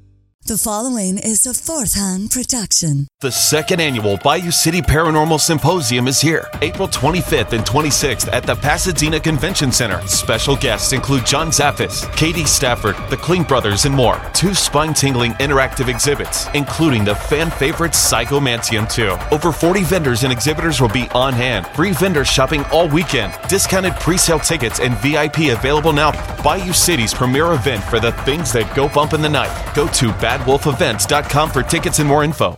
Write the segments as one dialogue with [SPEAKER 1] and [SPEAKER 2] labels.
[SPEAKER 1] The following is a fourth hand production.
[SPEAKER 2] The second annual Bayou City Paranormal Symposium is here, April 25th and 26th at the Pasadena Convention Center. Special guests include John Zaffis, Katie Stafford, the Kling Brothers, and more. Two spine tingling interactive exhibits, including the fan favorite Psychomantium 2. Over 40 vendors and exhibitors will be on hand. Free vendor shopping all weekend. Discounted pre sale tickets and VIP available now. Bayou City's premier event for the things that go bump in the night. Go to badwolfevents.com for tickets and more info.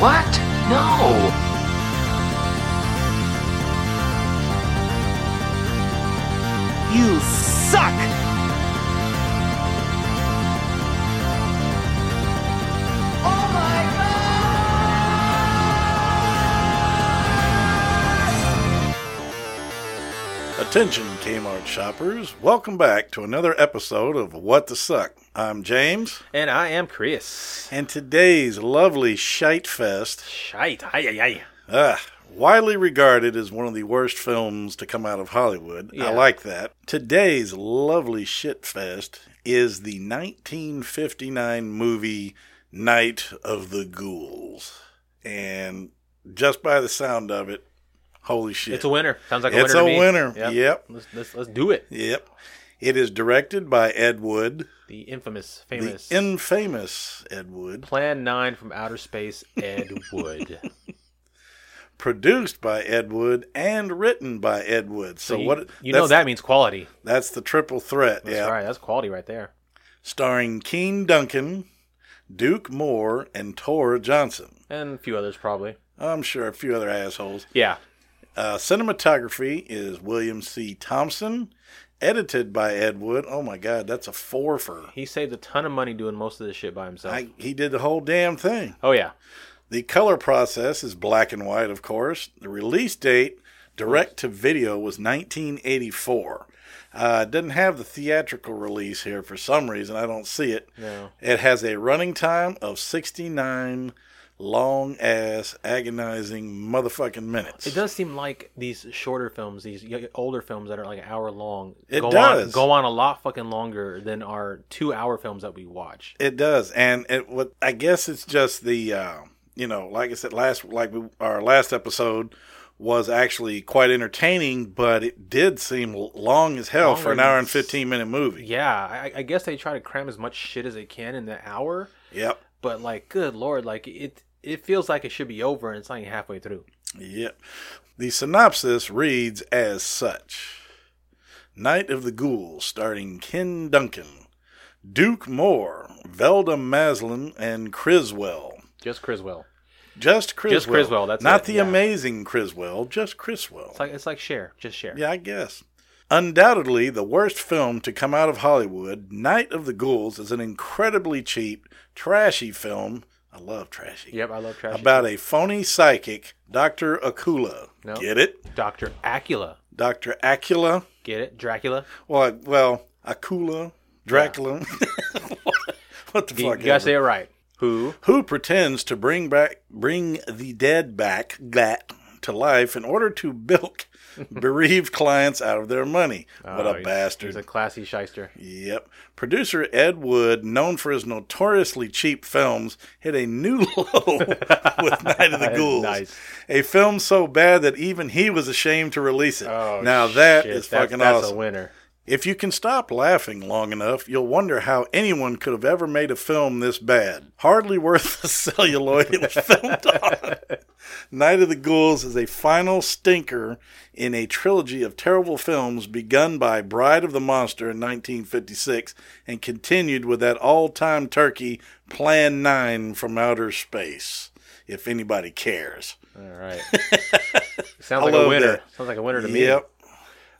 [SPEAKER 3] What? No! You suck! Oh my
[SPEAKER 4] Attention, Kmart shoppers. Welcome back to another episode of What the Suck. I'm James,
[SPEAKER 5] And I am Chris.
[SPEAKER 4] and today's lovely shite fest,
[SPEAKER 5] Shite. Hi, hi, hi.
[SPEAKER 4] ah, widely regarded as one of the worst films to come out of Hollywood.
[SPEAKER 5] Yeah.
[SPEAKER 4] I like that. Today's lovely shit fest is the 1959 movie Night of the Ghouls. And just by the sound of it, holy shit.
[SPEAKER 5] It's a winner. Sounds like a
[SPEAKER 4] It's
[SPEAKER 5] winner.
[SPEAKER 4] a
[SPEAKER 5] to me.
[SPEAKER 4] winner. Yep.
[SPEAKER 5] Let's, let's, let's do it.
[SPEAKER 4] Yep. It is directed by Ed Wood.
[SPEAKER 5] The infamous, famous
[SPEAKER 4] The infamous Ed Wood,
[SPEAKER 5] Plan 9 from Outer Space, Ed Wood.
[SPEAKER 4] produced by Ed Wood and written by Ed Wood. So,
[SPEAKER 5] you,
[SPEAKER 4] what
[SPEAKER 5] You know
[SPEAKER 4] that's-
[SPEAKER 5] that means quality.
[SPEAKER 4] That's the triple threat.
[SPEAKER 5] That's
[SPEAKER 4] yeah.
[SPEAKER 5] right. That's quality right there.
[SPEAKER 4] Starring Keen Duncan, Duke Moore, and Tora Johnson.
[SPEAKER 5] And a few others probably.
[SPEAKER 4] I'm sure a few other assholes.
[SPEAKER 5] Yeah.
[SPEAKER 4] Uh, cinematography is William C. Thompson, edited by Ed Wood. Oh my God, that's a fourfer.
[SPEAKER 5] He saved a ton of money doing most of this shit by himself.
[SPEAKER 4] I, he did the whole damn thing.
[SPEAKER 5] oh, yeah.
[SPEAKER 4] The color process is black and white, of course. The release date, direct to video, was 1984. Uh, it doesn't have the theatrical release here for some reason. I don't see it.
[SPEAKER 5] No.
[SPEAKER 4] It has a running time of 69 long ass, agonizing motherfucking minutes.
[SPEAKER 5] It does seem like these shorter films, these y- older films that are like an hour long,
[SPEAKER 4] It
[SPEAKER 5] go on
[SPEAKER 4] does.
[SPEAKER 5] go on a lot fucking longer than our two-hour films that we watch.
[SPEAKER 4] It does, and it what I guess it's just the uh, you know, like I said last, like we, our last episode was actually quite entertaining, but it did seem l- long as hell for an
[SPEAKER 5] Longer
[SPEAKER 4] hour
[SPEAKER 5] than
[SPEAKER 4] and fifteen minute movie.
[SPEAKER 5] Yeah, I, I guess they try to cram as much shit as they can in the hour,
[SPEAKER 4] Yep,
[SPEAKER 5] but like, good lord, like it it feels like it should be over and it's not even halfway through.
[SPEAKER 4] yep. The synopsis reads as such: Night of the Ghouls, starring Ken Duncan, Duke Moore, Velda Maslin, and Criswell.
[SPEAKER 5] Just Criswell.
[SPEAKER 4] Just Criswell.
[SPEAKER 5] Criswell, that's
[SPEAKER 4] not
[SPEAKER 5] it,
[SPEAKER 4] the
[SPEAKER 5] yeah.
[SPEAKER 4] amazing Criswell. Just Criswell.
[SPEAKER 5] It's like it's like share, just share.
[SPEAKER 4] Yeah, I guess. Undoubtedly, the worst film to come out of Hollywood, Night of the Ghouls is an incredibly cheap, trashy film. I love trashy.
[SPEAKER 5] Yep, I love trash.
[SPEAKER 4] About a phony psychic, Dr. Akula.
[SPEAKER 5] No.
[SPEAKER 4] Get it?
[SPEAKER 5] Doctor Acula,
[SPEAKER 4] Dr. Acula.
[SPEAKER 5] get it? Dracula.
[SPEAKER 4] Well, I, well, Akula, Dracula. what the
[SPEAKER 5] You, you
[SPEAKER 4] fuck?
[SPEAKER 5] gotta
[SPEAKER 4] ever.
[SPEAKER 5] say it right. Who?
[SPEAKER 4] Who pretends to bring back bring the dead back that to life in order to bilk bereaved clients out of their money. what
[SPEAKER 5] Oh,
[SPEAKER 4] a
[SPEAKER 5] he's-
[SPEAKER 4] bastard.
[SPEAKER 5] He's a classy shyster.
[SPEAKER 4] Yep. Producer Ed Wood, known for his notoriously cheap films, hit a new low with Night of the Ghouls.
[SPEAKER 5] Nice.
[SPEAKER 4] A film so bad that even he was ashamed to release it.
[SPEAKER 5] Oh,
[SPEAKER 4] now that is
[SPEAKER 5] shit, that's-
[SPEAKER 4] fucking
[SPEAKER 5] that's
[SPEAKER 4] awesome.
[SPEAKER 5] a winner.
[SPEAKER 4] If you can stop laughing long enough, you'll wonder how anyone could have ever made a film this bad. Hardly worth the celluloid it was filmed on. Night of the Ghouls is a final stinker in a trilogy of terrible films begun by Bride of the Monster in 1956 and continued with that all time turkey Plan 9 from Outer Space, if anybody cares.
[SPEAKER 5] All right. Sounds
[SPEAKER 4] I
[SPEAKER 5] like a
[SPEAKER 4] love
[SPEAKER 5] winner.
[SPEAKER 4] that.
[SPEAKER 5] Sounds like a winner to me.
[SPEAKER 4] Yep.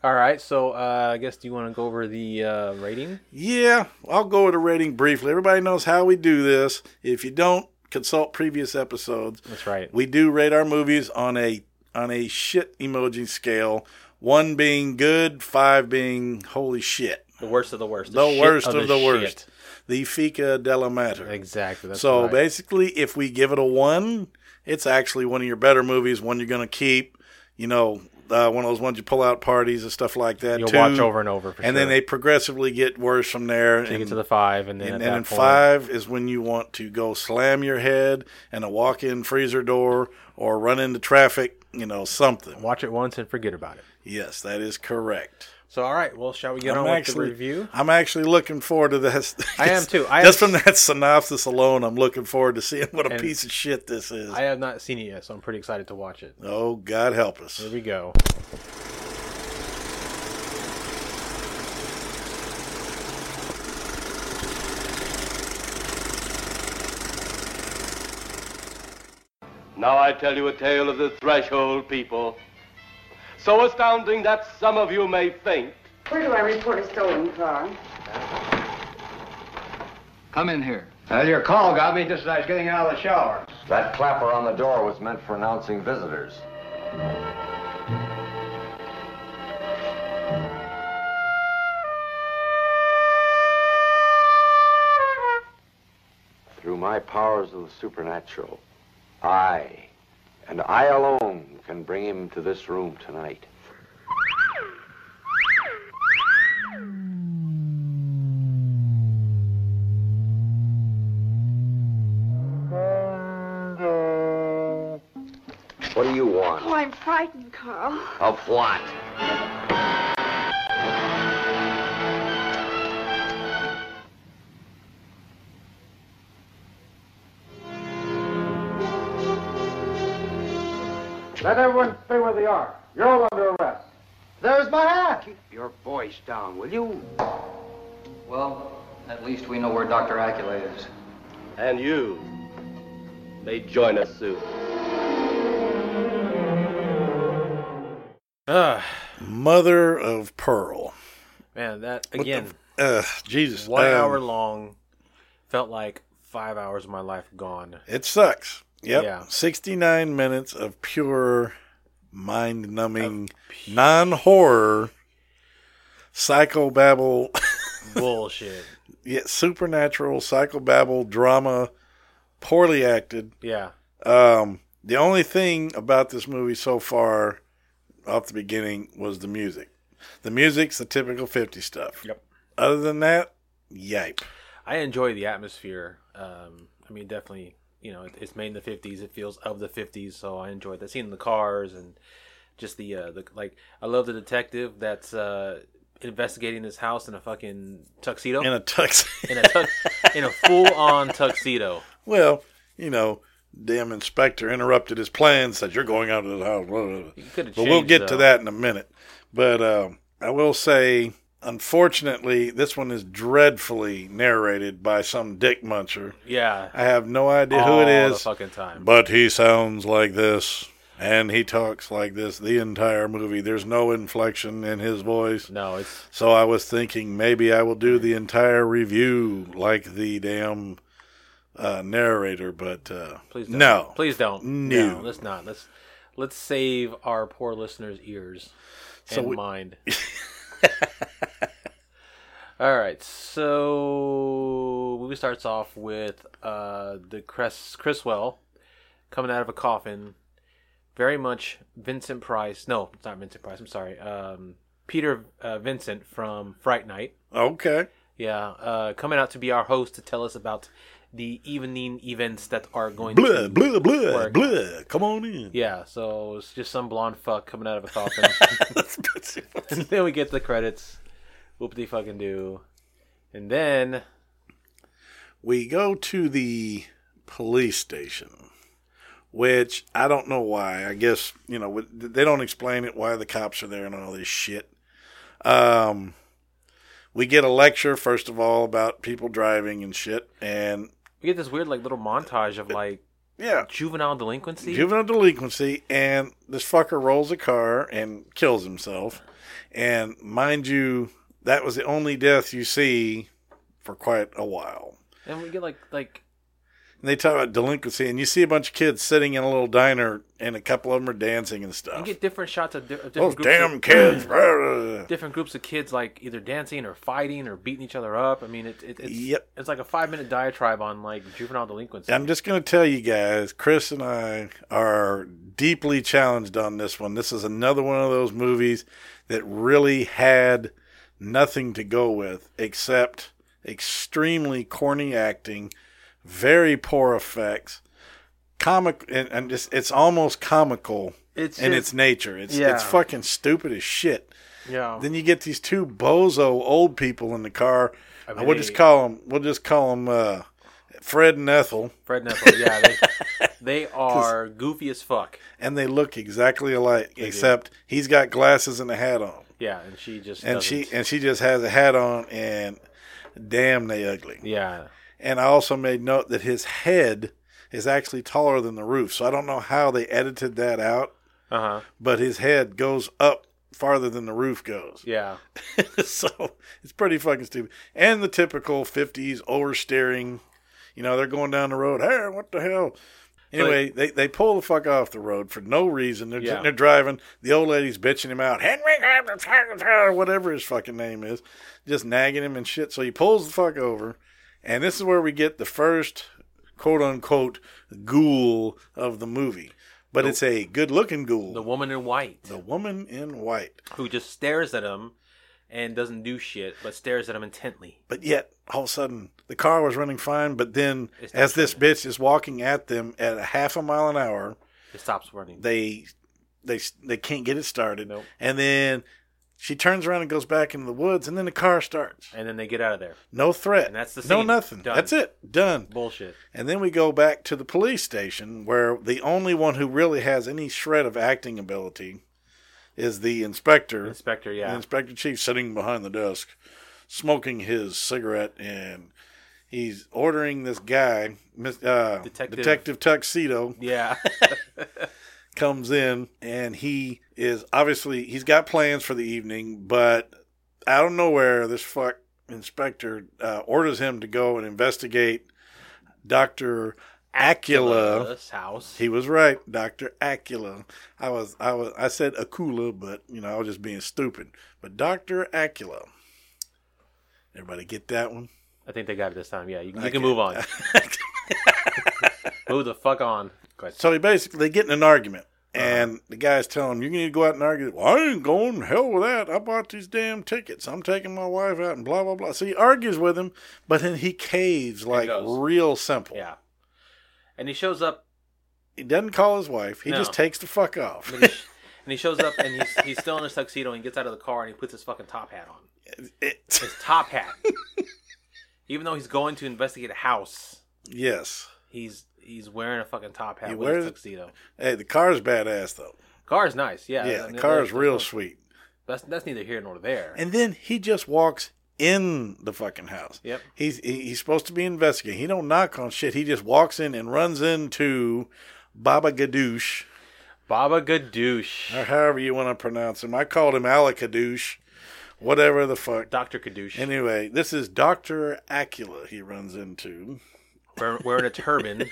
[SPEAKER 5] All right. So uh, I guess do you want to go over the uh, rating?
[SPEAKER 4] Yeah, I'll go with a rating briefly. Everybody knows how we do this. If you don't, consult previous episodes.
[SPEAKER 5] That's right.
[SPEAKER 4] We do rate our movies on a on a shit emoji scale, one being good, five being holy shit.
[SPEAKER 5] The worst of the worst.
[SPEAKER 4] The,
[SPEAKER 5] shit
[SPEAKER 4] worst of, the, worst.
[SPEAKER 5] shit.
[SPEAKER 4] The Fica della Mater.
[SPEAKER 5] Exactly. That's
[SPEAKER 4] so
[SPEAKER 5] right.
[SPEAKER 4] basically, if we give it a one, it's actually one of your better movies, one you're going to keep, you know, uh, one of those ones you pull out parties and stuff like that.
[SPEAKER 5] You'll
[SPEAKER 4] Two,
[SPEAKER 5] watch over and over for
[SPEAKER 4] and then
[SPEAKER 5] sure.
[SPEAKER 4] they progressively get worse from there.
[SPEAKER 5] take it
[SPEAKER 4] and-
[SPEAKER 5] to the five, and then
[SPEAKER 4] and,
[SPEAKER 5] at
[SPEAKER 4] and
[SPEAKER 5] that
[SPEAKER 4] in
[SPEAKER 5] point,
[SPEAKER 4] five is when you want to go slam your head in a walk-in freezer door or run into traffic, you know, something.
[SPEAKER 5] watch it once and forget about it.
[SPEAKER 4] Yes, that is correct.
[SPEAKER 5] So all right. Well, shall we get on with the review?
[SPEAKER 4] I'm actually looking forward to this.
[SPEAKER 5] I am too. I
[SPEAKER 4] Just
[SPEAKER 5] am-
[SPEAKER 4] from that synopsis alone, I'm looking forward to seeing what a
[SPEAKER 5] And-
[SPEAKER 4] piece of shit this is.
[SPEAKER 5] I have not seen it yet, so I'm pretty excited to watch it.
[SPEAKER 4] oh, God help us.
[SPEAKER 5] Here we go.
[SPEAKER 6] Now I tell you a tale of the threshold people. So astounding that some of you may think.
[SPEAKER 7] Where do I report a stolen car?
[SPEAKER 6] Come in here. your call got me just as I was getting out of the shower. That clapper on the door was meant for announcing visitors. Through my powers of the supernatural, I, and I alone, can bring him to this room tonight. What do you want?
[SPEAKER 7] Oh, I'm frightened, Carl.
[SPEAKER 6] Of what? Let everyone stay where they are. You're all under arrest. There's my hat. Keep your voice down, will you? Well, at least we know where Dr. Acula is. And you may join us soon.
[SPEAKER 5] Ugh,
[SPEAKER 4] Mother of Pearl.
[SPEAKER 5] man, that again,
[SPEAKER 4] Uh, Jesus.
[SPEAKER 5] one
[SPEAKER 4] Um,
[SPEAKER 5] hour long, felt like five hours of my life gone.
[SPEAKER 4] It sucks. Yep.
[SPEAKER 5] Yeah.
[SPEAKER 4] 69 minutes of pure mind numbing, non horror, psychobabble,
[SPEAKER 5] Bullshit.
[SPEAKER 4] yeah, supernatural, psychobabble drama, poorly acted.
[SPEAKER 5] Yeah.
[SPEAKER 4] Um, the only thing about this movie so far, off the beginning, was the music. The music's the typical 50 stuff.
[SPEAKER 5] Yep.
[SPEAKER 4] Other than that, yipe.
[SPEAKER 5] I enjoy the atmosphere. Um, I mean, definitely, you know, it, it's made in the '50s. It feels of the '50s, so I enjoyed that. Seeing the cars and just the uh, the like. I love the detective that's uh, investigating this house in a fucking tuxedo.
[SPEAKER 4] In a tux.
[SPEAKER 5] in a tux, in a full on tuxedo.
[SPEAKER 4] Well, you know, damn inspector interrupted his plans. Said you're going out of the house. Blah, blah, blah.
[SPEAKER 5] could've
[SPEAKER 4] But we'll
[SPEAKER 5] changed,
[SPEAKER 4] get to
[SPEAKER 5] though.
[SPEAKER 4] that in a minute. But um, I will say, unfortunately, this one is dreadfully narrated by some dick muncher.
[SPEAKER 5] Yeah,
[SPEAKER 4] I have no idea who
[SPEAKER 5] all
[SPEAKER 4] it
[SPEAKER 5] the
[SPEAKER 4] is,
[SPEAKER 5] fucking time.
[SPEAKER 4] but he sounds like this. And he talks like this the entire movie. There's no inflection in his voice.
[SPEAKER 5] no, it's
[SPEAKER 4] So I was thinking maybe I will do the entire review like the damn uh, narrator, but uh,
[SPEAKER 5] please don't.
[SPEAKER 4] no,
[SPEAKER 5] please don't.
[SPEAKER 4] No.
[SPEAKER 5] let's not. Let's let's save our poor listeners' ears
[SPEAKER 4] So
[SPEAKER 5] and
[SPEAKER 4] we-
[SPEAKER 5] mind. All right, so movie starts off with uh, the Cress Chriswell coming out of a coffin, very much Vincent Price. No, it's not Vincent Price. I'm sorry. Um, Peter uh, Vincent from Fright Night.
[SPEAKER 4] Okay.
[SPEAKER 5] Yeah, uh, coming out to be our host to tell us about the evening events that are going
[SPEAKER 4] Blah,
[SPEAKER 5] to
[SPEAKER 4] blah, blah,
[SPEAKER 5] work.
[SPEAKER 4] blah. Come on in.
[SPEAKER 5] Yeah, so it's just some blonde fuck coming out of a coffin. and then we get the credits. Whoopity fucking do. And then
[SPEAKER 4] we go to the police station, which I don't know why. I guess you know with- they don't explain it why the cops are there and all this shit. Um, we get a lecture first of all about people driving and shit, and
[SPEAKER 5] we get this weird like little montage of like
[SPEAKER 4] yeah,
[SPEAKER 5] juvenile delinquency.
[SPEAKER 4] juvenile delinquency, and this fucker rolls a car and kills himself. And mind you, that was the only death you see for quite a while.
[SPEAKER 5] and we get like like
[SPEAKER 4] And they talk about delinquency, and you see a bunch of kids sitting in a little diner, and a couple of them are dancing and
[SPEAKER 5] you
[SPEAKER 4] stuff.
[SPEAKER 5] get different shots of, di- of different
[SPEAKER 4] Oh. Those
[SPEAKER 5] groups
[SPEAKER 4] damn
[SPEAKER 5] of,
[SPEAKER 4] kids! Blah, blah, blah.
[SPEAKER 5] different groups of kids like either dancing or fighting or beating each other up. I mean, it, it, it's
[SPEAKER 4] Yep.
[SPEAKER 5] it's like a five minute diatribe on like juvenile delinquency.
[SPEAKER 4] I'm just going to tell you guys, Chris and I are deeply challenged on this one. This is another one of those movies that really had nothing to go with except extremely corny acting, very poor effects, comic, and, and just it's almost comical
[SPEAKER 5] It's
[SPEAKER 4] in
[SPEAKER 5] just-
[SPEAKER 4] its nature. It's
[SPEAKER 5] Yeah.
[SPEAKER 4] it's fucking stupid as shit.
[SPEAKER 5] yeah.
[SPEAKER 4] Then you get these two bozo old people in the car.
[SPEAKER 5] I mean,
[SPEAKER 4] we'll
[SPEAKER 5] they-
[SPEAKER 4] just call them. We'll just call them uh, Fred and Ethel,
[SPEAKER 5] Fred Neville. Yeah, they, they are goofy as fuck.
[SPEAKER 4] and they look exactly alike, except he's got glasses and a hat on,
[SPEAKER 5] Yeah, and she just
[SPEAKER 4] and
[SPEAKER 5] doesn't.
[SPEAKER 4] she and she just has a hat on, and damn, they ugly.
[SPEAKER 5] yeah.
[SPEAKER 4] And I also made note that his head is actually taller than the roof, so I don't know how they edited that out,
[SPEAKER 5] Uh huh.
[SPEAKER 4] but his head goes up farther than the roof goes.
[SPEAKER 5] Yeah.
[SPEAKER 4] so it's pretty fucking stupid. And the typical fifties oversteering, you know, they're going down the road. Hey, what the hell? Anyway, they, they pull the fuck off the road for no reason. They're
[SPEAKER 5] Yeah.
[SPEAKER 4] they're driving. The old lady's bitching him out. Henry, grab the fucking car," whatever his fucking name is, just nagging him and shit. So he pulls the fuck over, and this is where we get the first quote unquote ghoul of the movie. But it's a good looking ghoul.
[SPEAKER 5] The woman in white
[SPEAKER 4] the woman in white.
[SPEAKER 5] who just stares at him and doesn't do shit, but stares at him intently.
[SPEAKER 4] But yet, all of a sudden, the car was running fine. But then,
[SPEAKER 5] It's not
[SPEAKER 4] as this bitch is walking at them at a half a mile an hour,
[SPEAKER 5] It stops running.
[SPEAKER 4] they they they can't get it started.
[SPEAKER 5] Nope.
[SPEAKER 4] And then she turns around and goes back into the woods, and then the car starts.
[SPEAKER 5] and then they get out of there.
[SPEAKER 4] No threat.
[SPEAKER 5] And that's the
[SPEAKER 4] no
[SPEAKER 5] scene.
[SPEAKER 4] nothing.
[SPEAKER 5] Done.
[SPEAKER 4] That's it. Done.
[SPEAKER 5] Bullshit.
[SPEAKER 4] And then we go back to the police station, where the only one who really has any shred of acting ability is the inspector.
[SPEAKER 5] Inspector,
[SPEAKER 4] And
[SPEAKER 5] yeah.
[SPEAKER 4] Inspector Chief sitting behind the desk, smoking his cigarette, and he's ordering this guy, Mis- uh,
[SPEAKER 5] Detective.
[SPEAKER 4] Detective Tuxedo,
[SPEAKER 5] yeah.
[SPEAKER 4] comes in, and he is obviously he's got plans for the evening, but out of nowhere, this fuck inspector uh, orders him to go and investigate Doctor Acula.
[SPEAKER 5] This house.
[SPEAKER 4] uh, He was right, Doctor Acula. I was, I was, I said Acula, but you know, I was just being stupid. But Doctor Acula. Everybody get that one?
[SPEAKER 5] I think they got it this time. Yeah, you, you
[SPEAKER 4] I
[SPEAKER 5] can
[SPEAKER 4] can't-
[SPEAKER 5] move on. move the fuck on. Go ahead.
[SPEAKER 4] So they basically they get in an argument,
[SPEAKER 5] Uh-huh.
[SPEAKER 4] and the guy's telling him, "You need to go out and argue." Well, I ain't going. Hell with that. I bought these damn tickets. I'm taking my wife out, and blah blah blah. So he argues with him, but then he caves like
[SPEAKER 5] goes.
[SPEAKER 4] real simple.
[SPEAKER 5] Yeah. And he shows up
[SPEAKER 4] He doesn't call his wife. He
[SPEAKER 5] No.
[SPEAKER 4] just takes the fuck off.
[SPEAKER 5] and he, sh- and he shows up and he's, he's still in his tuxedo and he gets out of the car and he puts his fucking top hat on.
[SPEAKER 4] It-
[SPEAKER 5] His top hat. Even though he's going to investigate a house,
[SPEAKER 4] yes.
[SPEAKER 5] he's he's wearing a fucking top hat
[SPEAKER 4] He
[SPEAKER 5] with his
[SPEAKER 4] wears it-
[SPEAKER 5] tuxedo.
[SPEAKER 4] Hey, the car's badass though.
[SPEAKER 5] Car's nice, yeah.
[SPEAKER 4] Yeah,
[SPEAKER 5] I mean,
[SPEAKER 4] the car is
[SPEAKER 5] that's-
[SPEAKER 4] real sweet.
[SPEAKER 5] That's that's neither here nor there.
[SPEAKER 4] And then he just walks in the fucking house.
[SPEAKER 5] Yep.
[SPEAKER 4] He's he- he's supposed to be investigating. He don't knock on shit. He just walks in and runs into Baba Gadoosh,
[SPEAKER 5] Baba Gadoosh,
[SPEAKER 4] or however you want to pronounce him. I called him Alakadoosh, whatever the fuck.
[SPEAKER 5] Doctor Kadoosh,
[SPEAKER 4] Anyway, this is Doctor Acula. He runs into.
[SPEAKER 5] wearing, wearing a turban,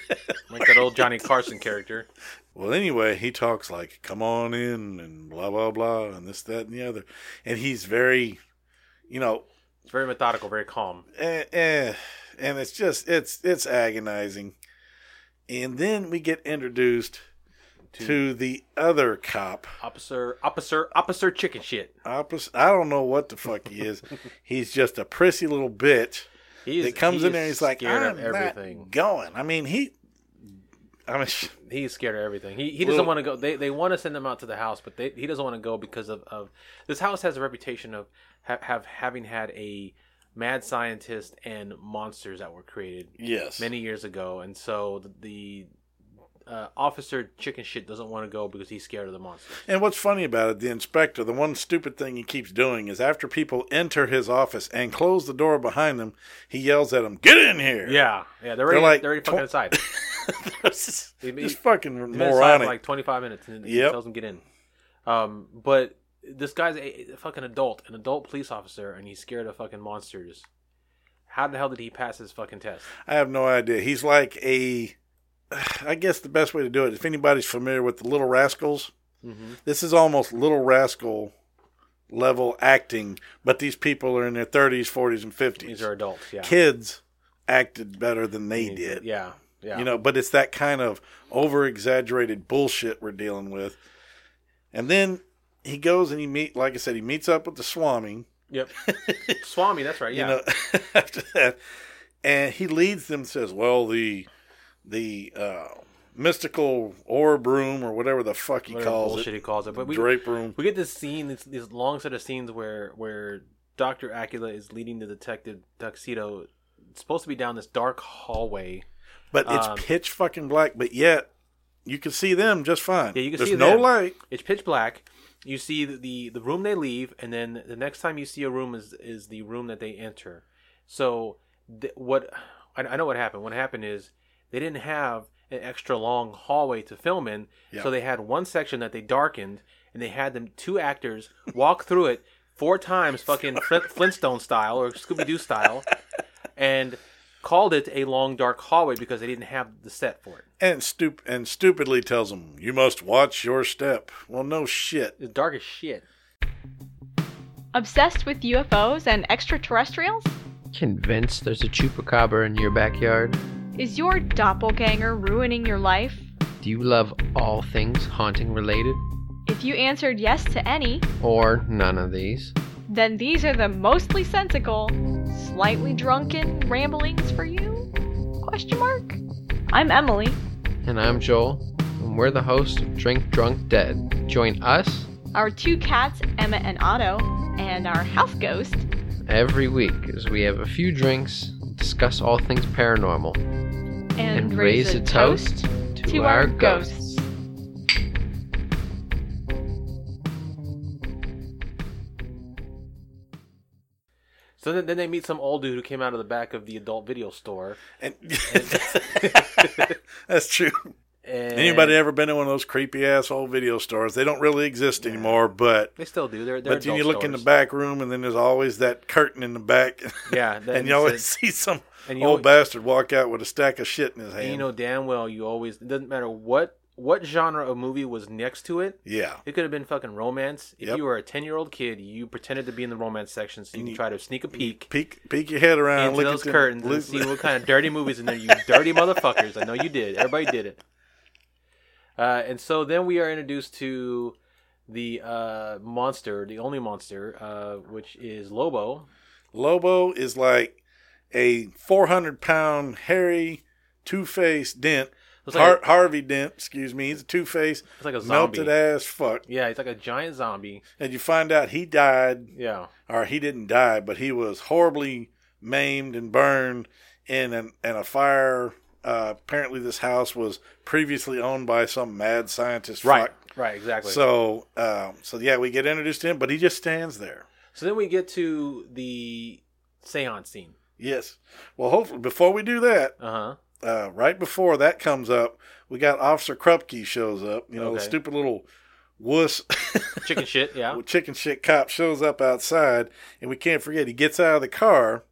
[SPEAKER 5] like that old Johnny Carson character.
[SPEAKER 4] Well, anyway, he talks like, come on in and blah, blah, blah, and this, that, and the other. And he's very, you know,
[SPEAKER 5] It's very methodical, very calm.
[SPEAKER 4] eh, eh, and it's just it's it's agonizing. And then we get introduced to, the other cop.
[SPEAKER 5] Officer, officer, officer, chicken shit.
[SPEAKER 4] Opposite, I don't know what the fuck he is. he's just a prissy little bitch
[SPEAKER 5] He is-
[SPEAKER 4] that comes
[SPEAKER 5] he
[SPEAKER 4] in there. and
[SPEAKER 5] is
[SPEAKER 4] He's like,
[SPEAKER 5] scared
[SPEAKER 4] I'm
[SPEAKER 5] of everything.
[SPEAKER 4] not going. I mean, he. I mean, sh-
[SPEAKER 5] He's scared of everything. He, he doesn't
[SPEAKER 4] Well-
[SPEAKER 5] want to go. They, they want to send him out to the house, but they, he doesn't want to go because of, of this house has a reputation of ha- have having had a mad scientist and monsters that were created
[SPEAKER 4] yes,
[SPEAKER 5] many years ago, and so the, uh, officer chicken shit doesn't want to go because he's scared of the monsters.
[SPEAKER 4] And what's funny about it, the inspector, the one stupid thing he keeps doing is after people enter his office and close the door behind them, he yells at them, "Get in here!"
[SPEAKER 5] Yeah, yeah, they're already
[SPEAKER 4] like
[SPEAKER 5] they're already fucking
[SPEAKER 4] tw-
[SPEAKER 5] inside.
[SPEAKER 4] it's
[SPEAKER 5] He- he-
[SPEAKER 4] fucking
[SPEAKER 5] He's been inside for
[SPEAKER 4] moronic.
[SPEAKER 5] like 25 minutes and he
[SPEAKER 4] Yep.
[SPEAKER 5] tells him get in. Um, but this guy's a, a fucking adult, an adult police officer, and he's scared of fucking monsters. How the hell did he pass his fucking test?
[SPEAKER 4] I have no idea. He's like a. I guess the best way to do it, if anybody's familiar with the Little Rascals,
[SPEAKER 5] Mm-hmm.
[SPEAKER 4] this is almost Little Rascal level acting, but these people are in their 30s, 40s, and 50s.
[SPEAKER 5] These are adults, yeah.
[SPEAKER 4] Kids acted better than they did.
[SPEAKER 5] Yeah, yeah.
[SPEAKER 4] You know, but it's that kind of over exaggerated bullshit we're dealing with. And then he goes and he meet like I said, he meets up with the Swami,
[SPEAKER 5] Yep. Swami, that's right.
[SPEAKER 4] you
[SPEAKER 5] Yeah.
[SPEAKER 4] know after that. And he leads them says, Well, the the uh mystical orb room or whatever the fuck he
[SPEAKER 5] Whatever
[SPEAKER 4] calls
[SPEAKER 5] bullshit
[SPEAKER 4] it.
[SPEAKER 5] he calls it. But we
[SPEAKER 4] drape room.
[SPEAKER 5] We get this scene, this, this long set of scenes where where Doctor Acula is leading the detective Tuxedo. It's supposed to be down this dark hallway.
[SPEAKER 4] But it's
[SPEAKER 5] um,
[SPEAKER 4] pitch fucking black, but yet you can see them just fine.
[SPEAKER 5] Yeah, you can
[SPEAKER 4] There's
[SPEAKER 5] see
[SPEAKER 4] no
[SPEAKER 5] them.
[SPEAKER 4] light.
[SPEAKER 5] It's pitch black. You see the, the the room they leave, and then the next time you see a room is is the room that they enter. So th- what I, I know what happened. What happened is they didn't have an extra long hallway to film in,
[SPEAKER 4] Yeah.
[SPEAKER 5] so they had one section that they darkened, and they had them two actors walk through it four times, fucking Flint, Flintstone style or Scooby Doo style, and called it a long dark hallway because they didn't have the set for it.
[SPEAKER 4] And stup- and stupidly tells them, You must watch your step. Well, no shit.
[SPEAKER 5] It's dark as shit.
[SPEAKER 8] Obsessed with UFOs and extraterrestrials?
[SPEAKER 9] Convinced there's a chupacabra in your backyard?
[SPEAKER 8] Is your doppelganger ruining your life?
[SPEAKER 9] Do you love all things haunting related?
[SPEAKER 8] If you answered yes to any,
[SPEAKER 9] Or none of these?
[SPEAKER 8] then these are the mostly sensical, slightly drunken ramblings for you? Question mark? I'm Emily.
[SPEAKER 9] And I'm Joel, and we're the host of Drink Drunk Dead. Join us
[SPEAKER 8] Our two cats, Emma and Otto, and our house ghost,
[SPEAKER 9] every week as we have a few drinks, discuss all things paranormal,
[SPEAKER 8] and,
[SPEAKER 9] and raise a toast
[SPEAKER 8] to,
[SPEAKER 9] to
[SPEAKER 8] our
[SPEAKER 9] our ghosts.
[SPEAKER 8] ghosts.
[SPEAKER 5] So then, then they meet some old dude who came out of the back of the adult video store.
[SPEAKER 4] And that's true.
[SPEAKER 5] And
[SPEAKER 4] Anybody ever been to one of those creepy ass old video stores? They don't really exist anymore, but
[SPEAKER 5] They still do. They're, they're
[SPEAKER 4] but then you
[SPEAKER 5] adult
[SPEAKER 4] look in the
[SPEAKER 5] stores.
[SPEAKER 4] back room and then there's always that curtain in the back.
[SPEAKER 5] Yeah,
[SPEAKER 4] and
[SPEAKER 5] then
[SPEAKER 4] you always
[SPEAKER 5] it's-
[SPEAKER 4] see some
[SPEAKER 5] and
[SPEAKER 4] old
[SPEAKER 5] you always-
[SPEAKER 4] bastard walk out with a stack of shit in his hand.
[SPEAKER 5] And you know damn well you always it doesn't matter what what genre of movie was next to it.
[SPEAKER 4] yeah.
[SPEAKER 5] It could have been fucking romance. If
[SPEAKER 4] Yep.
[SPEAKER 5] you were a ten year old kid, you pretended to be in the romance section so you could try to sneak a peek
[SPEAKER 4] Peek peek your head around,
[SPEAKER 5] into
[SPEAKER 4] look
[SPEAKER 5] those
[SPEAKER 4] at them,
[SPEAKER 5] curtains
[SPEAKER 4] look-
[SPEAKER 5] and see what kind of dirty movies in there. You dirty motherfuckers! I know you did. Everybody did it. Uh, and so then we are introduced to the uh, monster, the only monster, uh, which is Lobo,
[SPEAKER 4] Lobo is like a four hundred pound hairy two faced dent.
[SPEAKER 5] Looks like a-
[SPEAKER 4] Har- Harvey Dent, excuse me, he's a two faced
[SPEAKER 5] like a zombie.
[SPEAKER 4] melted ass fuck.
[SPEAKER 5] Yeah, he's like a giant zombie.
[SPEAKER 4] And you find out he died
[SPEAKER 5] Yeah.
[SPEAKER 4] or he didn't die, but he was horribly maimed and burned in an in a fire. Uh, apparently, this house was previously owned by some mad scientist. fuck.
[SPEAKER 5] Right, exactly. So,
[SPEAKER 4] So, um, so yeah, we get introduced to him, but he just stands there.
[SPEAKER 5] then we get to the seance scene.
[SPEAKER 4] Yes. Well, hopefully, before we do that,
[SPEAKER 5] Uh huh.
[SPEAKER 4] uh, right before that comes up, we got Officer Krupke shows up. You know, the
[SPEAKER 5] Okay.
[SPEAKER 4] stupid little wuss
[SPEAKER 5] Chicken shit, yeah.
[SPEAKER 4] Well, chicken shit cop shows up outside, and we can't forget he gets out of the car,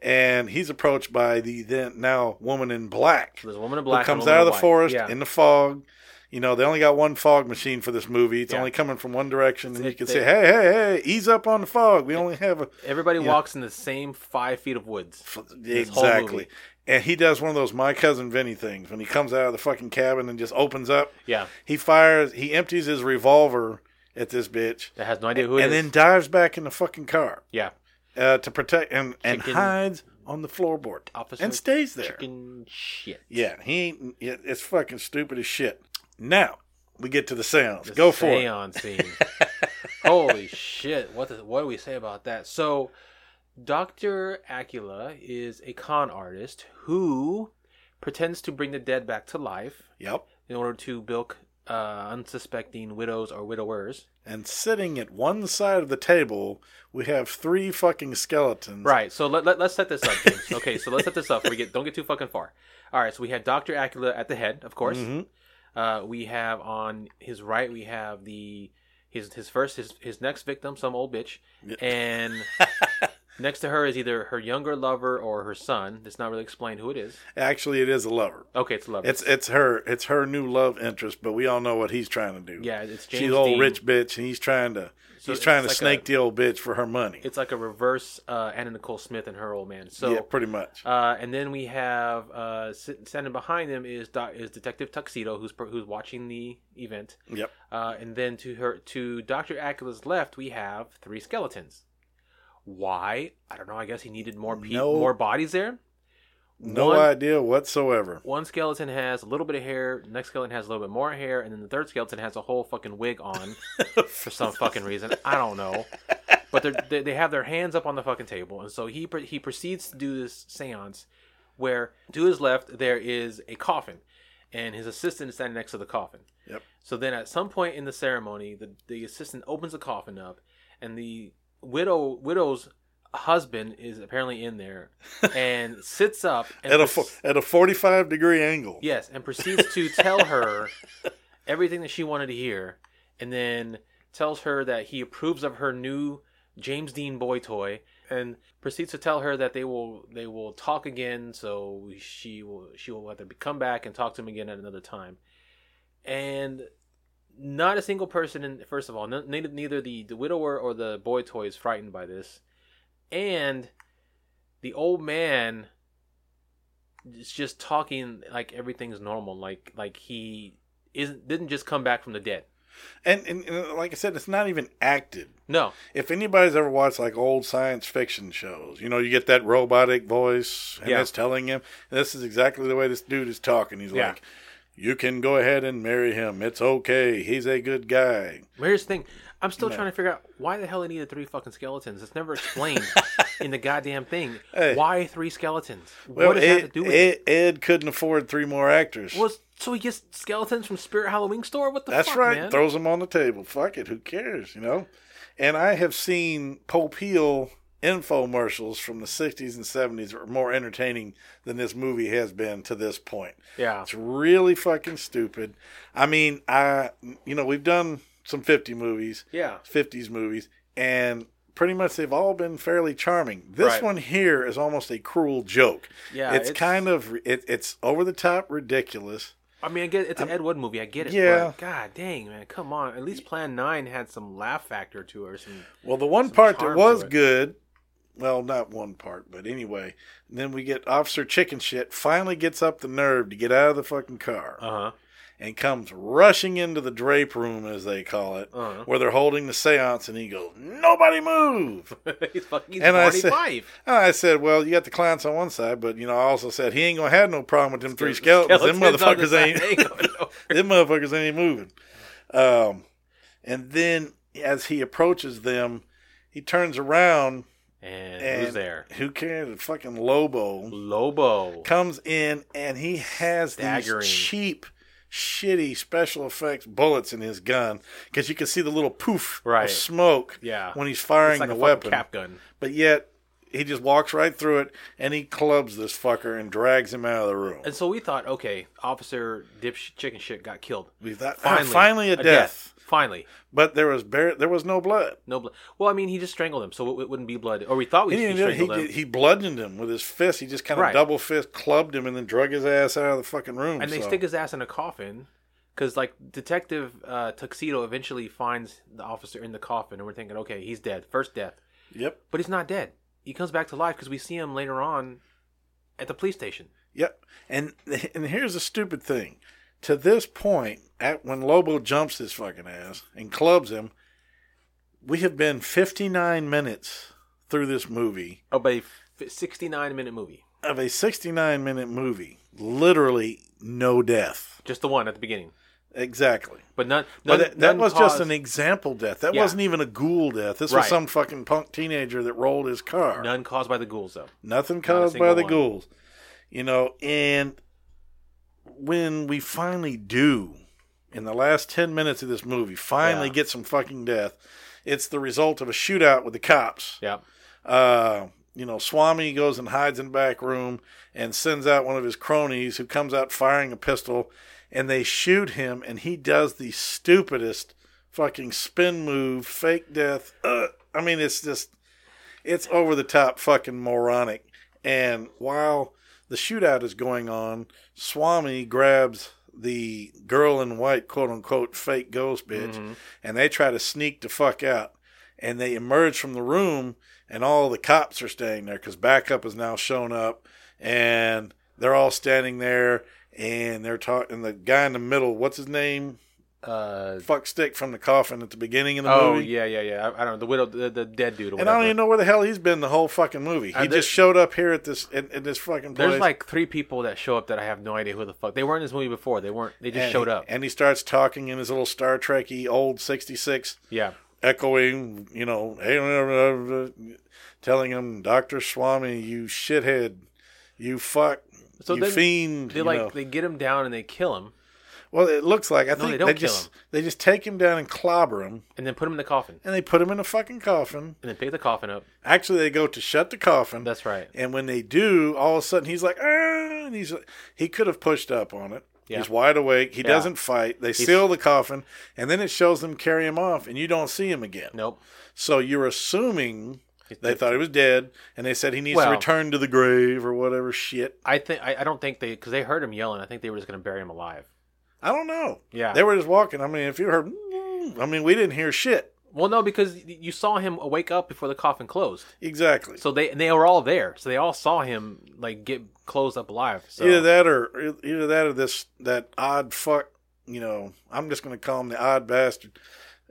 [SPEAKER 4] and he's approached by the then now woman in black
[SPEAKER 5] There's a woman in black.
[SPEAKER 4] who comes
[SPEAKER 5] and a woman
[SPEAKER 4] out of
[SPEAKER 5] in
[SPEAKER 4] the
[SPEAKER 5] white.
[SPEAKER 4] forest
[SPEAKER 5] Yeah.
[SPEAKER 4] in the fog. You know, they only got one fog machine for this movie. It's only coming from one direction, and you can
[SPEAKER 5] they-
[SPEAKER 4] say, "Hey, hey, hey, ease up on the fog. We only have a."
[SPEAKER 5] Everybody
[SPEAKER 4] Yeah.
[SPEAKER 5] walks in the same five feet of woods. this whole movie.
[SPEAKER 4] Exactly. And he does one of those my cousin Vinny things when he comes out of the fucking cabin and just opens up.
[SPEAKER 5] Yeah.
[SPEAKER 4] He fires. He empties his revolver at this bitch.
[SPEAKER 5] That has no idea who it
[SPEAKER 4] and
[SPEAKER 5] is.
[SPEAKER 4] then dives back in the fucking car
[SPEAKER 5] Yeah.
[SPEAKER 4] uh, to protect and and
[SPEAKER 5] Chicken-
[SPEAKER 4] hides on the floorboard
[SPEAKER 5] Officer
[SPEAKER 4] and stays there.
[SPEAKER 5] Chicken shit.
[SPEAKER 4] Yeah, he ain't. yeah, It's fucking stupid as shit. Now we get to the seance. Go for it.
[SPEAKER 5] seance scene. Holy shit! What the, what do we say about that? So, Doctor Acula is a con artist who pretends to bring the dead back to life
[SPEAKER 4] Yep.
[SPEAKER 5] in order to bilk uh, unsuspecting widows or widowers.
[SPEAKER 4] And sitting at one side of the table, we have three fucking skeletons.
[SPEAKER 5] Right. So let, let, us set this up. James. okay. So let's set this up. We get don't get too fucking far. All right. So we have Doctor Acula at the head, of course.
[SPEAKER 4] Mhm.
[SPEAKER 5] Uh, we have on his right. We have the his his first his his next victim, some old bitch, and next to her is either her younger lover or her son. It's not really explained who it is.
[SPEAKER 4] Actually, it is a lover.
[SPEAKER 5] Okay, it's a lover.
[SPEAKER 4] It's it's her it's her new love interest, but we all know what he's trying to do.
[SPEAKER 5] Yeah, it's
[SPEAKER 4] she's
[SPEAKER 5] James
[SPEAKER 4] old
[SPEAKER 5] Dean.
[SPEAKER 4] rich bitch, and he's trying to
[SPEAKER 5] So
[SPEAKER 4] he's trying to
[SPEAKER 5] it's like
[SPEAKER 4] snake
[SPEAKER 5] a-
[SPEAKER 4] the old bitch for her money.
[SPEAKER 5] it's like a reverse uh, Anna Nicole Smith and her old man. So
[SPEAKER 4] yeah, pretty much.
[SPEAKER 5] Uh, and then we have uh, sit- standing behind him is doc- is Detective Tuxedo, who's per- who's watching the event.
[SPEAKER 4] Yep.
[SPEAKER 5] Uh, and then to her to Doctor Acula's left, we have three skeletons. Why? I don't know. I guess he needed more pe-
[SPEAKER 4] No.
[SPEAKER 5] more bodies there.
[SPEAKER 4] No
[SPEAKER 5] one-
[SPEAKER 4] idea whatsoever.
[SPEAKER 5] One skeleton has a little bit of hair. Next skeleton has a little bit more hair, and then the third skeleton has a whole fucking wig on for some fucking reason. I don't know. But they're, they they have their hands up on the fucking table, and so he pre- he proceeds to do this séance, where to his left there is a coffin, and his assistant is standing next to the coffin.
[SPEAKER 4] Yep.
[SPEAKER 5] So then, at some point in the ceremony, the the assistant opens the coffin up, and the widow widow's husband is apparently in there, and sits up and
[SPEAKER 4] At a
[SPEAKER 5] pres-
[SPEAKER 4] fo- at a forty five degree angle.
[SPEAKER 5] Yes, and proceeds to tell her everything that she wanted to hear, and then tells her that he approves of her new James Dean boy toy, and proceeds to tell her that they will they will talk again. So she will she will have to be- come back and talk to him again at another time, and not a single person in first of all n- neither, neither the, the widower or the boy toy is frightened by this and the old man is just talking like everything's normal like like he isn't didn't just come back from the dead
[SPEAKER 4] And, and and like I said, it's not even acted.
[SPEAKER 5] no
[SPEAKER 4] If anybody's ever watched like old science fiction shows, you know, you get that robotic voice and
[SPEAKER 5] Yeah.
[SPEAKER 4] it's telling him this is exactly the way this dude is talking. He's
[SPEAKER 5] Yeah.
[SPEAKER 4] like, You can go ahead and marry him. It's okay. He's a good guy.
[SPEAKER 5] here's the thing i'm still trying to figure out why the hell it needed three fucking skeletons it's never explained in the goddamn thing
[SPEAKER 4] Hey.
[SPEAKER 5] why three skeletons
[SPEAKER 4] Well,
[SPEAKER 5] what does
[SPEAKER 4] Ed,
[SPEAKER 5] that have to do with
[SPEAKER 4] Ed, Ed couldn't afford three more actors.
[SPEAKER 5] was so he gets skeletons from spirit halloween store what the
[SPEAKER 4] That's
[SPEAKER 5] fuck,
[SPEAKER 4] right.
[SPEAKER 5] man?
[SPEAKER 4] Throws them on the table. Fuck it. Who cares? You know. And I have seen Pope Hill infomercials from the 60s and 70s that were more entertaining than this movie has been to this point.
[SPEAKER 5] yeah
[SPEAKER 4] It's really fucking stupid. I mean, I you know we've done some 50 movies,
[SPEAKER 5] yeah
[SPEAKER 4] 50s movies, and pretty much they've all been fairly charming. This
[SPEAKER 5] Right.
[SPEAKER 4] one here is almost a cruel joke.
[SPEAKER 5] Yeah,
[SPEAKER 4] it's,
[SPEAKER 5] it's-
[SPEAKER 4] kind of it, it's over the top, ridiculous.
[SPEAKER 5] I mean, I get it's an Ed Wood movie. I get it.
[SPEAKER 4] yeah.
[SPEAKER 5] But God dang, man, come on. At least Plan Nine had some laugh factor to it, or some.
[SPEAKER 4] Well, the one
[SPEAKER 5] some
[SPEAKER 4] part that
[SPEAKER 5] charm
[SPEAKER 4] was
[SPEAKER 5] to it.
[SPEAKER 4] good, well, not one part, but anyway, then we get Officer Chicken Shit finally gets up the nerve to get out of the fucking car
[SPEAKER 5] Uh huh.
[SPEAKER 4] and comes rushing into the drape room, as they call it,
[SPEAKER 5] Uh-huh.
[SPEAKER 4] where they're holding the seance, and he goes, Nobody move!
[SPEAKER 5] he's fucking. He's
[SPEAKER 4] And I
[SPEAKER 5] forty
[SPEAKER 4] said,
[SPEAKER 5] five.
[SPEAKER 4] I said, well, you got the clients on one side, but you know, I also said he ain't gonna have no problem with them three skeletons. them motherfuckers ain't. them motherfuckers ain't moving. Um, and then as he approaches them, he turns around
[SPEAKER 5] And,
[SPEAKER 4] and
[SPEAKER 5] who's there?
[SPEAKER 4] Who cares? The fucking Lobo
[SPEAKER 5] Lobo.
[SPEAKER 4] comes in and he has
[SPEAKER 5] Staggering.
[SPEAKER 4] these cheap, shitty special effects bullets in his gun because you can see the little poof
[SPEAKER 5] Right.
[SPEAKER 4] of smoke
[SPEAKER 5] Yeah.
[SPEAKER 4] when he's
[SPEAKER 5] It's
[SPEAKER 4] firing
[SPEAKER 5] like
[SPEAKER 4] the
[SPEAKER 5] a
[SPEAKER 4] weapon.
[SPEAKER 5] weapon. cap gun.
[SPEAKER 4] But yet he just walks right through it and he clubs this fucker and drags him out of the room.
[SPEAKER 5] And so we thought, okay, Officer Dip Chicken Shit got killed.
[SPEAKER 4] We thought, ah, finally a death.
[SPEAKER 5] Finally,
[SPEAKER 4] But there was bare, there was no blood.
[SPEAKER 5] no blood. Well, I mean, he just strangled him, so it, it wouldn't be blood. Or we thought
[SPEAKER 4] He,
[SPEAKER 5] we
[SPEAKER 4] didn't
[SPEAKER 5] he
[SPEAKER 4] do it. he,
[SPEAKER 5] strangled him.
[SPEAKER 4] did- he bludgeoned him with his fist. He just kind of
[SPEAKER 5] Right.
[SPEAKER 4] double fist clubbed him and then drug his ass out of the fucking room.
[SPEAKER 5] and they
[SPEAKER 4] so-
[SPEAKER 5] stick his ass in a coffin because like Detective uh, Tuxedo eventually finds the officer in the coffin, and we're thinking, okay, he's dead, first death.
[SPEAKER 4] Yep.
[SPEAKER 5] But he's not dead. He comes back to life because we see him later on at the police station.
[SPEAKER 4] Yep. And and here's the stupid thing. To this point, at when Lobo jumps his fucking ass and clubs him, we have been 59 minutes through this movie
[SPEAKER 5] of a 69 minute movie.
[SPEAKER 4] Of a 69 minute movie, literally no death.
[SPEAKER 5] Just the one at the beginning.
[SPEAKER 4] Exactly.
[SPEAKER 5] But not.
[SPEAKER 4] But that, that was just an example death. That
[SPEAKER 5] Yeah.
[SPEAKER 4] wasn't even a ghoul death. This
[SPEAKER 5] Right.
[SPEAKER 4] was some fucking punk teenager that rolled his car.
[SPEAKER 5] None caused by the ghouls, though.
[SPEAKER 4] Nothing
[SPEAKER 5] Not a
[SPEAKER 4] caused by
[SPEAKER 5] single
[SPEAKER 4] the
[SPEAKER 5] one.
[SPEAKER 4] ghouls. You know, and when we finally do, in the last 10 minutes of this movie, finally
[SPEAKER 5] Yeah.
[SPEAKER 4] get some fucking death, it's the result of a shootout with the cops.
[SPEAKER 5] Yep.
[SPEAKER 4] Uh, you know, Swami goes and hides in the back room and sends out one of his cronies who comes out firing a pistol and they shoot him and he does the stupidest fucking spin move, fake death. Ugh. I mean, it's just it's over the top fucking moronic. And while the shootout is going on, Swami grabs the girl in white, quote unquote, fake ghost bitch,
[SPEAKER 5] Mm-hmm.
[SPEAKER 4] and they try to sneak the fuck out. And they emerge from the room, and all the cops are standing there because backup has now shown up, and they're all standing there, and they're talking. The guy in the middle, what's his name?
[SPEAKER 5] Uh,
[SPEAKER 4] Fuck stick from the coffin at the beginning of the
[SPEAKER 5] oh
[SPEAKER 4] movie.
[SPEAKER 5] yeah, yeah, yeah. I, I don't know the widow, the, the dead dude. Or
[SPEAKER 4] And I don't
[SPEAKER 5] whatever.
[SPEAKER 4] even know where the hell he's been the whole fucking movie. He
[SPEAKER 5] Uh, there-
[SPEAKER 4] just showed up here at this in, in this fucking place.
[SPEAKER 5] There's like three people that show up that I have no idea who the fuck they weren't in this movie before. They weren't. They just
[SPEAKER 4] and,
[SPEAKER 5] showed up.
[SPEAKER 4] and he starts talking in his little Star Trekky old '66
[SPEAKER 5] Yeah.
[SPEAKER 4] echoing, you know, hey, uh, uh, uh, telling him, Doctor Swami, you shithead, you fuck,
[SPEAKER 5] So
[SPEAKER 4] you
[SPEAKER 5] then
[SPEAKER 4] fiend.
[SPEAKER 5] They
[SPEAKER 4] you
[SPEAKER 5] like
[SPEAKER 4] know.
[SPEAKER 5] they get him down and they kill him
[SPEAKER 4] well, it looks like I
[SPEAKER 5] No,
[SPEAKER 4] think
[SPEAKER 5] they
[SPEAKER 4] they,
[SPEAKER 5] don't kill
[SPEAKER 4] just
[SPEAKER 5] him.
[SPEAKER 4] they just take him down and clobber him,
[SPEAKER 5] and then put him in the coffin
[SPEAKER 4] and they put him in a fucking coffin.
[SPEAKER 5] and then pick the coffin up.
[SPEAKER 4] Actually, they go to shut the coffin.
[SPEAKER 5] That's right.
[SPEAKER 4] And when they do, all of a sudden he's like, ah, and he's he could have pushed up on it.
[SPEAKER 5] Yeah.
[SPEAKER 4] He's wide awake. He
[SPEAKER 5] Yeah.
[SPEAKER 4] doesn't fight. They seal the coffin, and then it shows them carry him off, and you don't see him again.
[SPEAKER 5] Nope.
[SPEAKER 4] So you're assuming they thought he was dead, and they said he needs
[SPEAKER 5] Well-
[SPEAKER 4] to return to the grave or whatever shit.
[SPEAKER 5] I think I, I don't think they because they heard him yelling. I think they were just gonna bury him alive.
[SPEAKER 4] I don't know.
[SPEAKER 5] Yeah.
[SPEAKER 4] they were just walking. I mean, if you heard, I mean, we didn't hear shit.
[SPEAKER 5] Well, no, because y- you saw him wake up before the coffin closed.
[SPEAKER 4] Exactly.
[SPEAKER 5] So they and they were all there. So they all saw him like get closed up alive. So
[SPEAKER 4] Either that or e-, either that or this that odd fuck. You know, I'm just going to call him the odd bastard.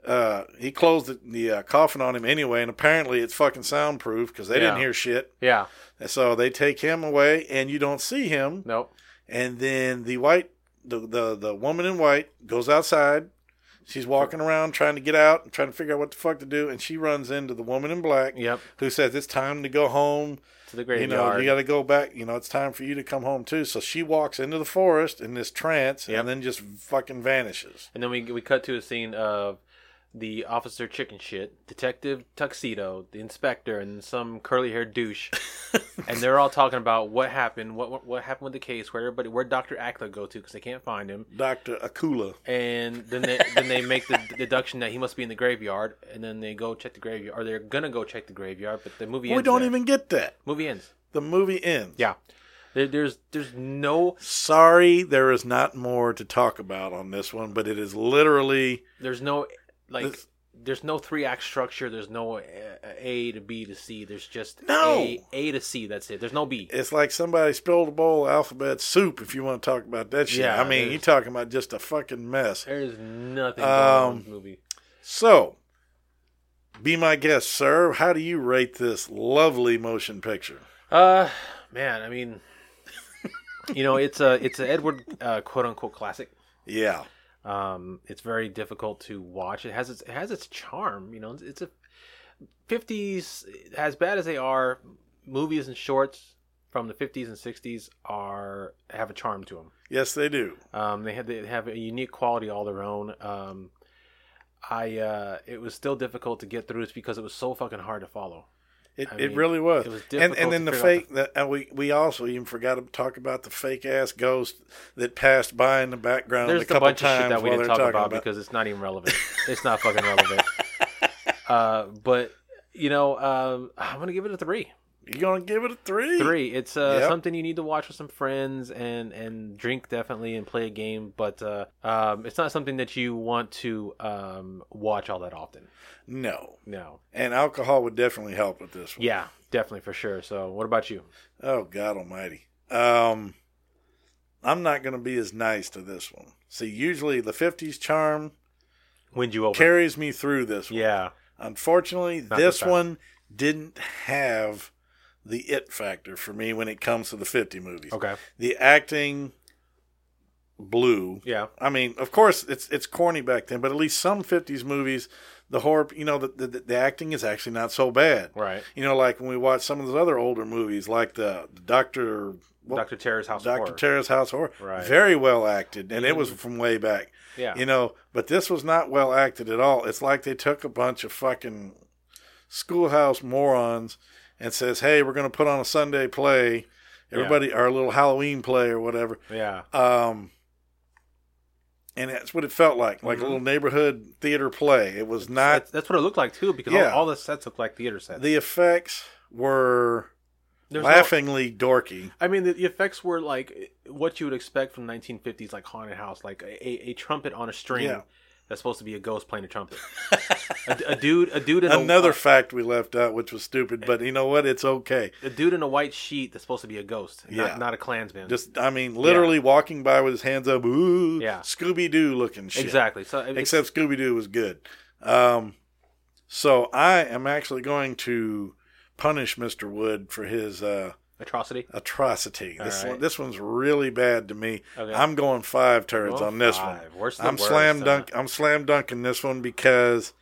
[SPEAKER 4] Uh, he closed the, the uh, coffin on him anyway, and apparently it's fucking soundproof because they didn't
[SPEAKER 5] Yeah.
[SPEAKER 4] hear shit.
[SPEAKER 5] yeah,
[SPEAKER 4] And so they take him away, and you don't see him.
[SPEAKER 5] nope.
[SPEAKER 4] And then the white, the, the the woman in white goes outside. She's walking around trying to get out and trying to figure out what the fuck to do, and she runs into the woman in black.
[SPEAKER 5] Yep.
[SPEAKER 4] Who says it's time to go home?
[SPEAKER 5] To the
[SPEAKER 4] you
[SPEAKER 5] graveyard.
[SPEAKER 4] know, you got to go back. You know, it's time for you to come home too. So she walks into the forest in this trance
[SPEAKER 5] Yep.
[SPEAKER 4] and then just fucking vanishes.
[SPEAKER 5] And then we we cut to a scene of the officer chicken shit, detective tuxedo, the inspector, and some curly haired douche, and they're all talking about what happened, what what, what happened with the case, where everybody, where Doctor Ackler go to because they can't find him,
[SPEAKER 4] Doctor Akula.
[SPEAKER 5] and then they then they make the deduction that he must be in the graveyard, and then they go check the graveyard, or they're gonna go check the graveyard, but the movie
[SPEAKER 4] we
[SPEAKER 5] ends
[SPEAKER 4] don't
[SPEAKER 5] there.
[SPEAKER 4] even get that.
[SPEAKER 5] movie ends.
[SPEAKER 4] The movie ends.
[SPEAKER 5] Yeah, there, there's there's no
[SPEAKER 4] Sorry, there is not more to talk about on this one, but it is literally
[SPEAKER 5] there's no like.
[SPEAKER 4] This-
[SPEAKER 5] there's no three act structure. There's no A, A to B to C. There's just
[SPEAKER 4] No!
[SPEAKER 5] A, A to C. That's it. There's no B.
[SPEAKER 4] it's like somebody spilled a bowl of alphabet soup. If you want to talk about that shit,
[SPEAKER 5] Yeah,
[SPEAKER 4] I mean,
[SPEAKER 5] there's-
[SPEAKER 4] you're talking about just a fucking mess.
[SPEAKER 5] There is nothing going on in this
[SPEAKER 4] Um,
[SPEAKER 5] movie.
[SPEAKER 4] So, be my guest, sir. How do you rate this lovely motion picture?
[SPEAKER 5] Uh, man, I mean, you know, it's a it's an Edward uh, quote unquote classic.
[SPEAKER 4] Yeah,
[SPEAKER 5] Um, it's very difficult to watch. It has its it has its charm. You know, it's, it's a fifties as bad as they are. Movies and shorts from the fifties and sixties are have a charm to them.
[SPEAKER 4] yes, they do.
[SPEAKER 5] Um, they had they have a unique quality all their own. Um, I uh, it was still difficult to get through. It's because it was so fucking hard to follow.
[SPEAKER 4] It,
[SPEAKER 5] I
[SPEAKER 4] it
[SPEAKER 5] mean,
[SPEAKER 4] really was.
[SPEAKER 5] it was
[SPEAKER 4] and
[SPEAKER 5] difficult
[SPEAKER 4] and then
[SPEAKER 5] to
[SPEAKER 4] the
[SPEAKER 5] figure out
[SPEAKER 4] fake that and we we also even forgot to talk about the fake ass ghost that passed by in the background
[SPEAKER 5] There's
[SPEAKER 4] a
[SPEAKER 5] a
[SPEAKER 4] couple
[SPEAKER 5] bunch of
[SPEAKER 4] times
[SPEAKER 5] shit that we
[SPEAKER 4] while
[SPEAKER 5] didn't
[SPEAKER 4] they're
[SPEAKER 5] talk
[SPEAKER 4] talking
[SPEAKER 5] about, because it's not even relevant. it's not fucking relevant. Uh, but you know, um, I'm gonna give it a three.
[SPEAKER 4] You gonna give it a three?
[SPEAKER 5] Three. It's uh,
[SPEAKER 4] Yep.
[SPEAKER 5] something you need to watch with some friends and and drink definitely and play a game, but uh, um, it's not something that you want to um, watch all that often.
[SPEAKER 4] No.
[SPEAKER 5] No.
[SPEAKER 4] And alcohol would definitely help with this one.
[SPEAKER 5] Yeah, definitely for sure. So, what about you?
[SPEAKER 4] Oh God Almighty. Um, I'm not gonna be as nice to this one. See, usually the '50s charm
[SPEAKER 5] When'd you open?
[SPEAKER 4] carries me through this one.
[SPEAKER 5] yeah,
[SPEAKER 4] Unfortunately,
[SPEAKER 5] Not this
[SPEAKER 4] this
[SPEAKER 5] time.
[SPEAKER 4] one didn't have the it factor for me when it comes to the 50 movies.
[SPEAKER 5] Okay.
[SPEAKER 4] The acting blue.
[SPEAKER 5] Yeah.
[SPEAKER 4] I mean, of course it's it's corny back then, but at least some 50s movies the horror, you know, the the, the acting is actually not so bad.
[SPEAKER 5] right.
[SPEAKER 4] You know, like when we watch some of those other older movies like the, the Doctor what-
[SPEAKER 5] Doctor Terror's House. of
[SPEAKER 4] Dr.
[SPEAKER 5] Horror.
[SPEAKER 4] Terror's House Horror.
[SPEAKER 5] Right. Mm-hmm.
[SPEAKER 4] Very well acted, and it was from way back.
[SPEAKER 5] Yeah.
[SPEAKER 4] You know, but this was not well acted at all. It's like they took a bunch of fucking schoolhouse morons and says, "Hey, we're going to put on a Sunday play, everybody, our little Halloween play or whatever."
[SPEAKER 5] Yeah.
[SPEAKER 4] Um, and that's what it felt like,
[SPEAKER 5] Mm-hmm.
[SPEAKER 4] like a little neighborhood theater play. It was not
[SPEAKER 5] That's, that's what it looked like too, because
[SPEAKER 4] Yeah.
[SPEAKER 5] all, all the sets look like theater sets.
[SPEAKER 4] the effects were
[SPEAKER 5] There's no-
[SPEAKER 4] laughingly dorky.
[SPEAKER 5] I mean, the, the effects were like what you would expect from 1950s, like haunted house, like a, a trumpet on a string
[SPEAKER 4] Yeah.
[SPEAKER 5] that's supposed to be a ghost playing a trumpet. a, a dude, a dude, in a-
[SPEAKER 4] Another
[SPEAKER 5] a,
[SPEAKER 4] fact we left out, which was stupid, but you know what? It's okay.
[SPEAKER 5] a dude in a white sheet that's supposed to be a ghost,
[SPEAKER 4] Yeah.
[SPEAKER 5] not, not a Klansman.
[SPEAKER 4] Just, I mean, literally walking by with his hands up, ooh,
[SPEAKER 5] Yeah.
[SPEAKER 4] Scooby Doo looking shit.
[SPEAKER 5] exactly. So it's-
[SPEAKER 4] Except Scooby Doo was good. Um, so I am actually going to punish Mr. Wood for his uh,
[SPEAKER 5] atrocity.
[SPEAKER 4] atrocity.
[SPEAKER 5] All
[SPEAKER 4] This
[SPEAKER 5] right.
[SPEAKER 4] one, this one's really bad to me.
[SPEAKER 5] Okay.
[SPEAKER 4] I'm going five turns
[SPEAKER 5] Going
[SPEAKER 4] on this
[SPEAKER 5] five.
[SPEAKER 4] one.
[SPEAKER 5] Worst of the
[SPEAKER 4] I'm
[SPEAKER 5] worst,
[SPEAKER 4] slam
[SPEAKER 5] huh?
[SPEAKER 4] dunk. I'm slam dunking this one because.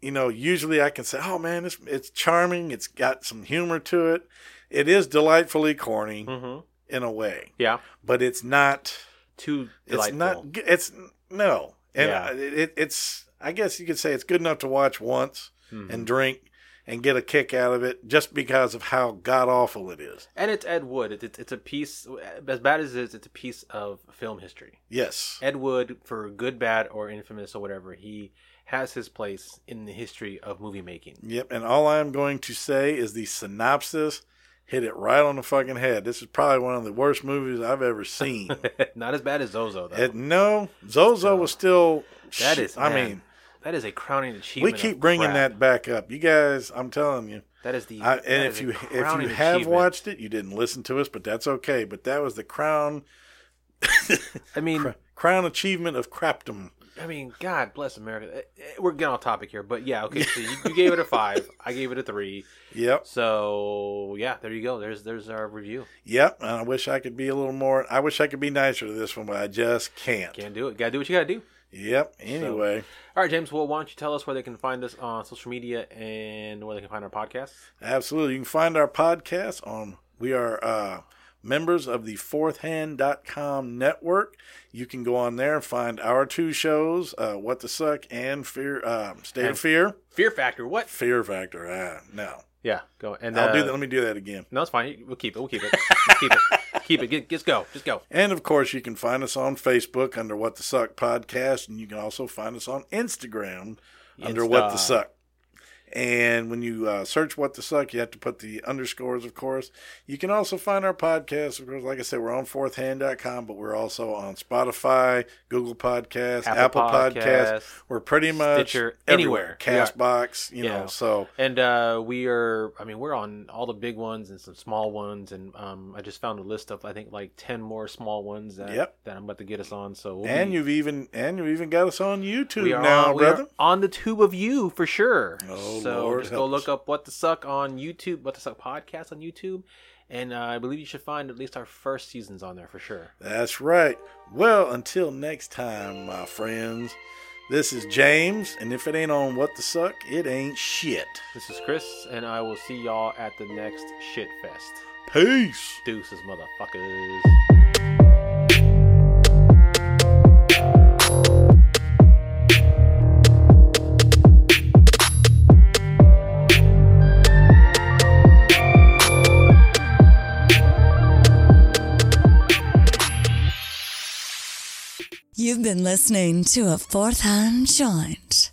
[SPEAKER 4] You know, usually I can say, "Oh man, it's it's charming. It's got some humor to it. It is delightfully corny
[SPEAKER 5] hmm
[SPEAKER 4] in a way."
[SPEAKER 5] Yeah,
[SPEAKER 4] but it's not
[SPEAKER 5] too
[SPEAKER 4] it's
[SPEAKER 5] delightful.
[SPEAKER 4] not g- it's no and
[SPEAKER 5] Yeah.
[SPEAKER 4] I- it, it's i guess you could say it's good enough to watch once
[SPEAKER 5] Mm-hmm.
[SPEAKER 4] and drink and get a kick out of it just because of how god awful it is
[SPEAKER 5] and it's Ed Wood. It's, it's it's a piece as bad as it is. It's a piece of film history.
[SPEAKER 4] yes
[SPEAKER 5] Ed Wood, for good, bad, or infamous, or whatever, he has his place in the history of movie making.
[SPEAKER 4] yep and all i'm going to say is the synopsis hit it right on the fucking head this is probably one of the worst movies i've ever seen
[SPEAKER 5] Not as bad as Zozo though.
[SPEAKER 4] it, no zozo was still
[SPEAKER 5] that
[SPEAKER 4] shit.
[SPEAKER 5] is,
[SPEAKER 4] i
[SPEAKER 5] man,
[SPEAKER 4] mean
[SPEAKER 5] that is a crowning
[SPEAKER 4] we
[SPEAKER 5] achievement.
[SPEAKER 4] keep
[SPEAKER 5] of
[SPEAKER 4] bringing
[SPEAKER 5] crap.
[SPEAKER 4] that back up you guys i'm telling you
[SPEAKER 5] That is the.
[SPEAKER 4] I,
[SPEAKER 5] that
[SPEAKER 4] and if
[SPEAKER 5] is a
[SPEAKER 4] you if you
[SPEAKER 5] crowning
[SPEAKER 4] have
[SPEAKER 5] achievement.
[SPEAKER 4] watched it, you didn't listen to us, but that's okay. But that was the crown
[SPEAKER 5] I mean,
[SPEAKER 4] crown achievement of crapdom.
[SPEAKER 5] I mean, God bless America. Eh, eh, We're getting off topic here, but yeah, okay. So you, you gave it a five. I gave it a three.
[SPEAKER 4] Yep,
[SPEAKER 5] So yeah, there you go. There's there's our review.
[SPEAKER 4] yep. And I wish I could be a little more. I wish I could be nicer to this one, but I just can't.
[SPEAKER 5] Can't do it. Gotta do what you gotta do.
[SPEAKER 4] Yep. Anyway,
[SPEAKER 5] All right, James. Well, why don't you tell us where they can find us on social media and where they can find our podcast?
[SPEAKER 4] absolutely. You can find our podcast on. We are uh, members of the fourthhand.com network. You can go on there and find our two shows, uh, What the Suck and Fear, um, State
[SPEAKER 5] And-
[SPEAKER 4] of Fear,
[SPEAKER 5] Fear Factor. What?
[SPEAKER 4] Fear Factor. Ah, no,
[SPEAKER 5] Yeah. Go and
[SPEAKER 4] I'll do
[SPEAKER 5] uh,
[SPEAKER 4] that. Let me do that again.
[SPEAKER 5] No, it's fine. We'll keep it. We'll keep it. Just keep it. Keep it. Get, just go. Just go.
[SPEAKER 4] And of course, you can find us on Facebook under What the Suck Podcast, and you can also find us on Instagram under
[SPEAKER 5] Insta.
[SPEAKER 4] What the Suck. And when you uh, search What the Suck, you have to put the underscores, of course. You can also find our podcast. Of course, like I said, we're on fourthhand.com, but we're also on Spotify, Google Podcasts, Apple,
[SPEAKER 5] Apple
[SPEAKER 4] Podcasts.
[SPEAKER 5] Podcasts,
[SPEAKER 4] We're pretty much
[SPEAKER 5] Stitcher, anywhere. We are.
[SPEAKER 4] Castbox, you
[SPEAKER 5] Yeah.
[SPEAKER 4] know. So
[SPEAKER 5] And uh, we are, I mean, we're on all the big ones and some small ones. And um, I just found a list of, I think, like 10 more small ones that,
[SPEAKER 4] Yep.
[SPEAKER 5] that I'm about to get us on. So we'll
[SPEAKER 4] and
[SPEAKER 5] be-
[SPEAKER 4] you've even and you even got us on YouTube
[SPEAKER 5] we are
[SPEAKER 4] now,
[SPEAKER 5] on, we are
[SPEAKER 4] brother.
[SPEAKER 5] on the tube of you for sure.
[SPEAKER 4] Oh,
[SPEAKER 5] so
[SPEAKER 4] Lord
[SPEAKER 5] just go
[SPEAKER 4] help us.
[SPEAKER 5] look up What the Suck on YouTube, What the Suck podcast on YouTube. And uh, I believe you should find at least our first seasons on there for sure.
[SPEAKER 4] That's right. Well, until next time, my friends, this is James, and if it ain't on What the Suck, it ain't shit.
[SPEAKER 5] This is Chris, and I will see y'all at the next Shit Fest.
[SPEAKER 4] Peace.
[SPEAKER 5] Deuces, motherfuckers.
[SPEAKER 1] You've been listening to a fourth hand joint.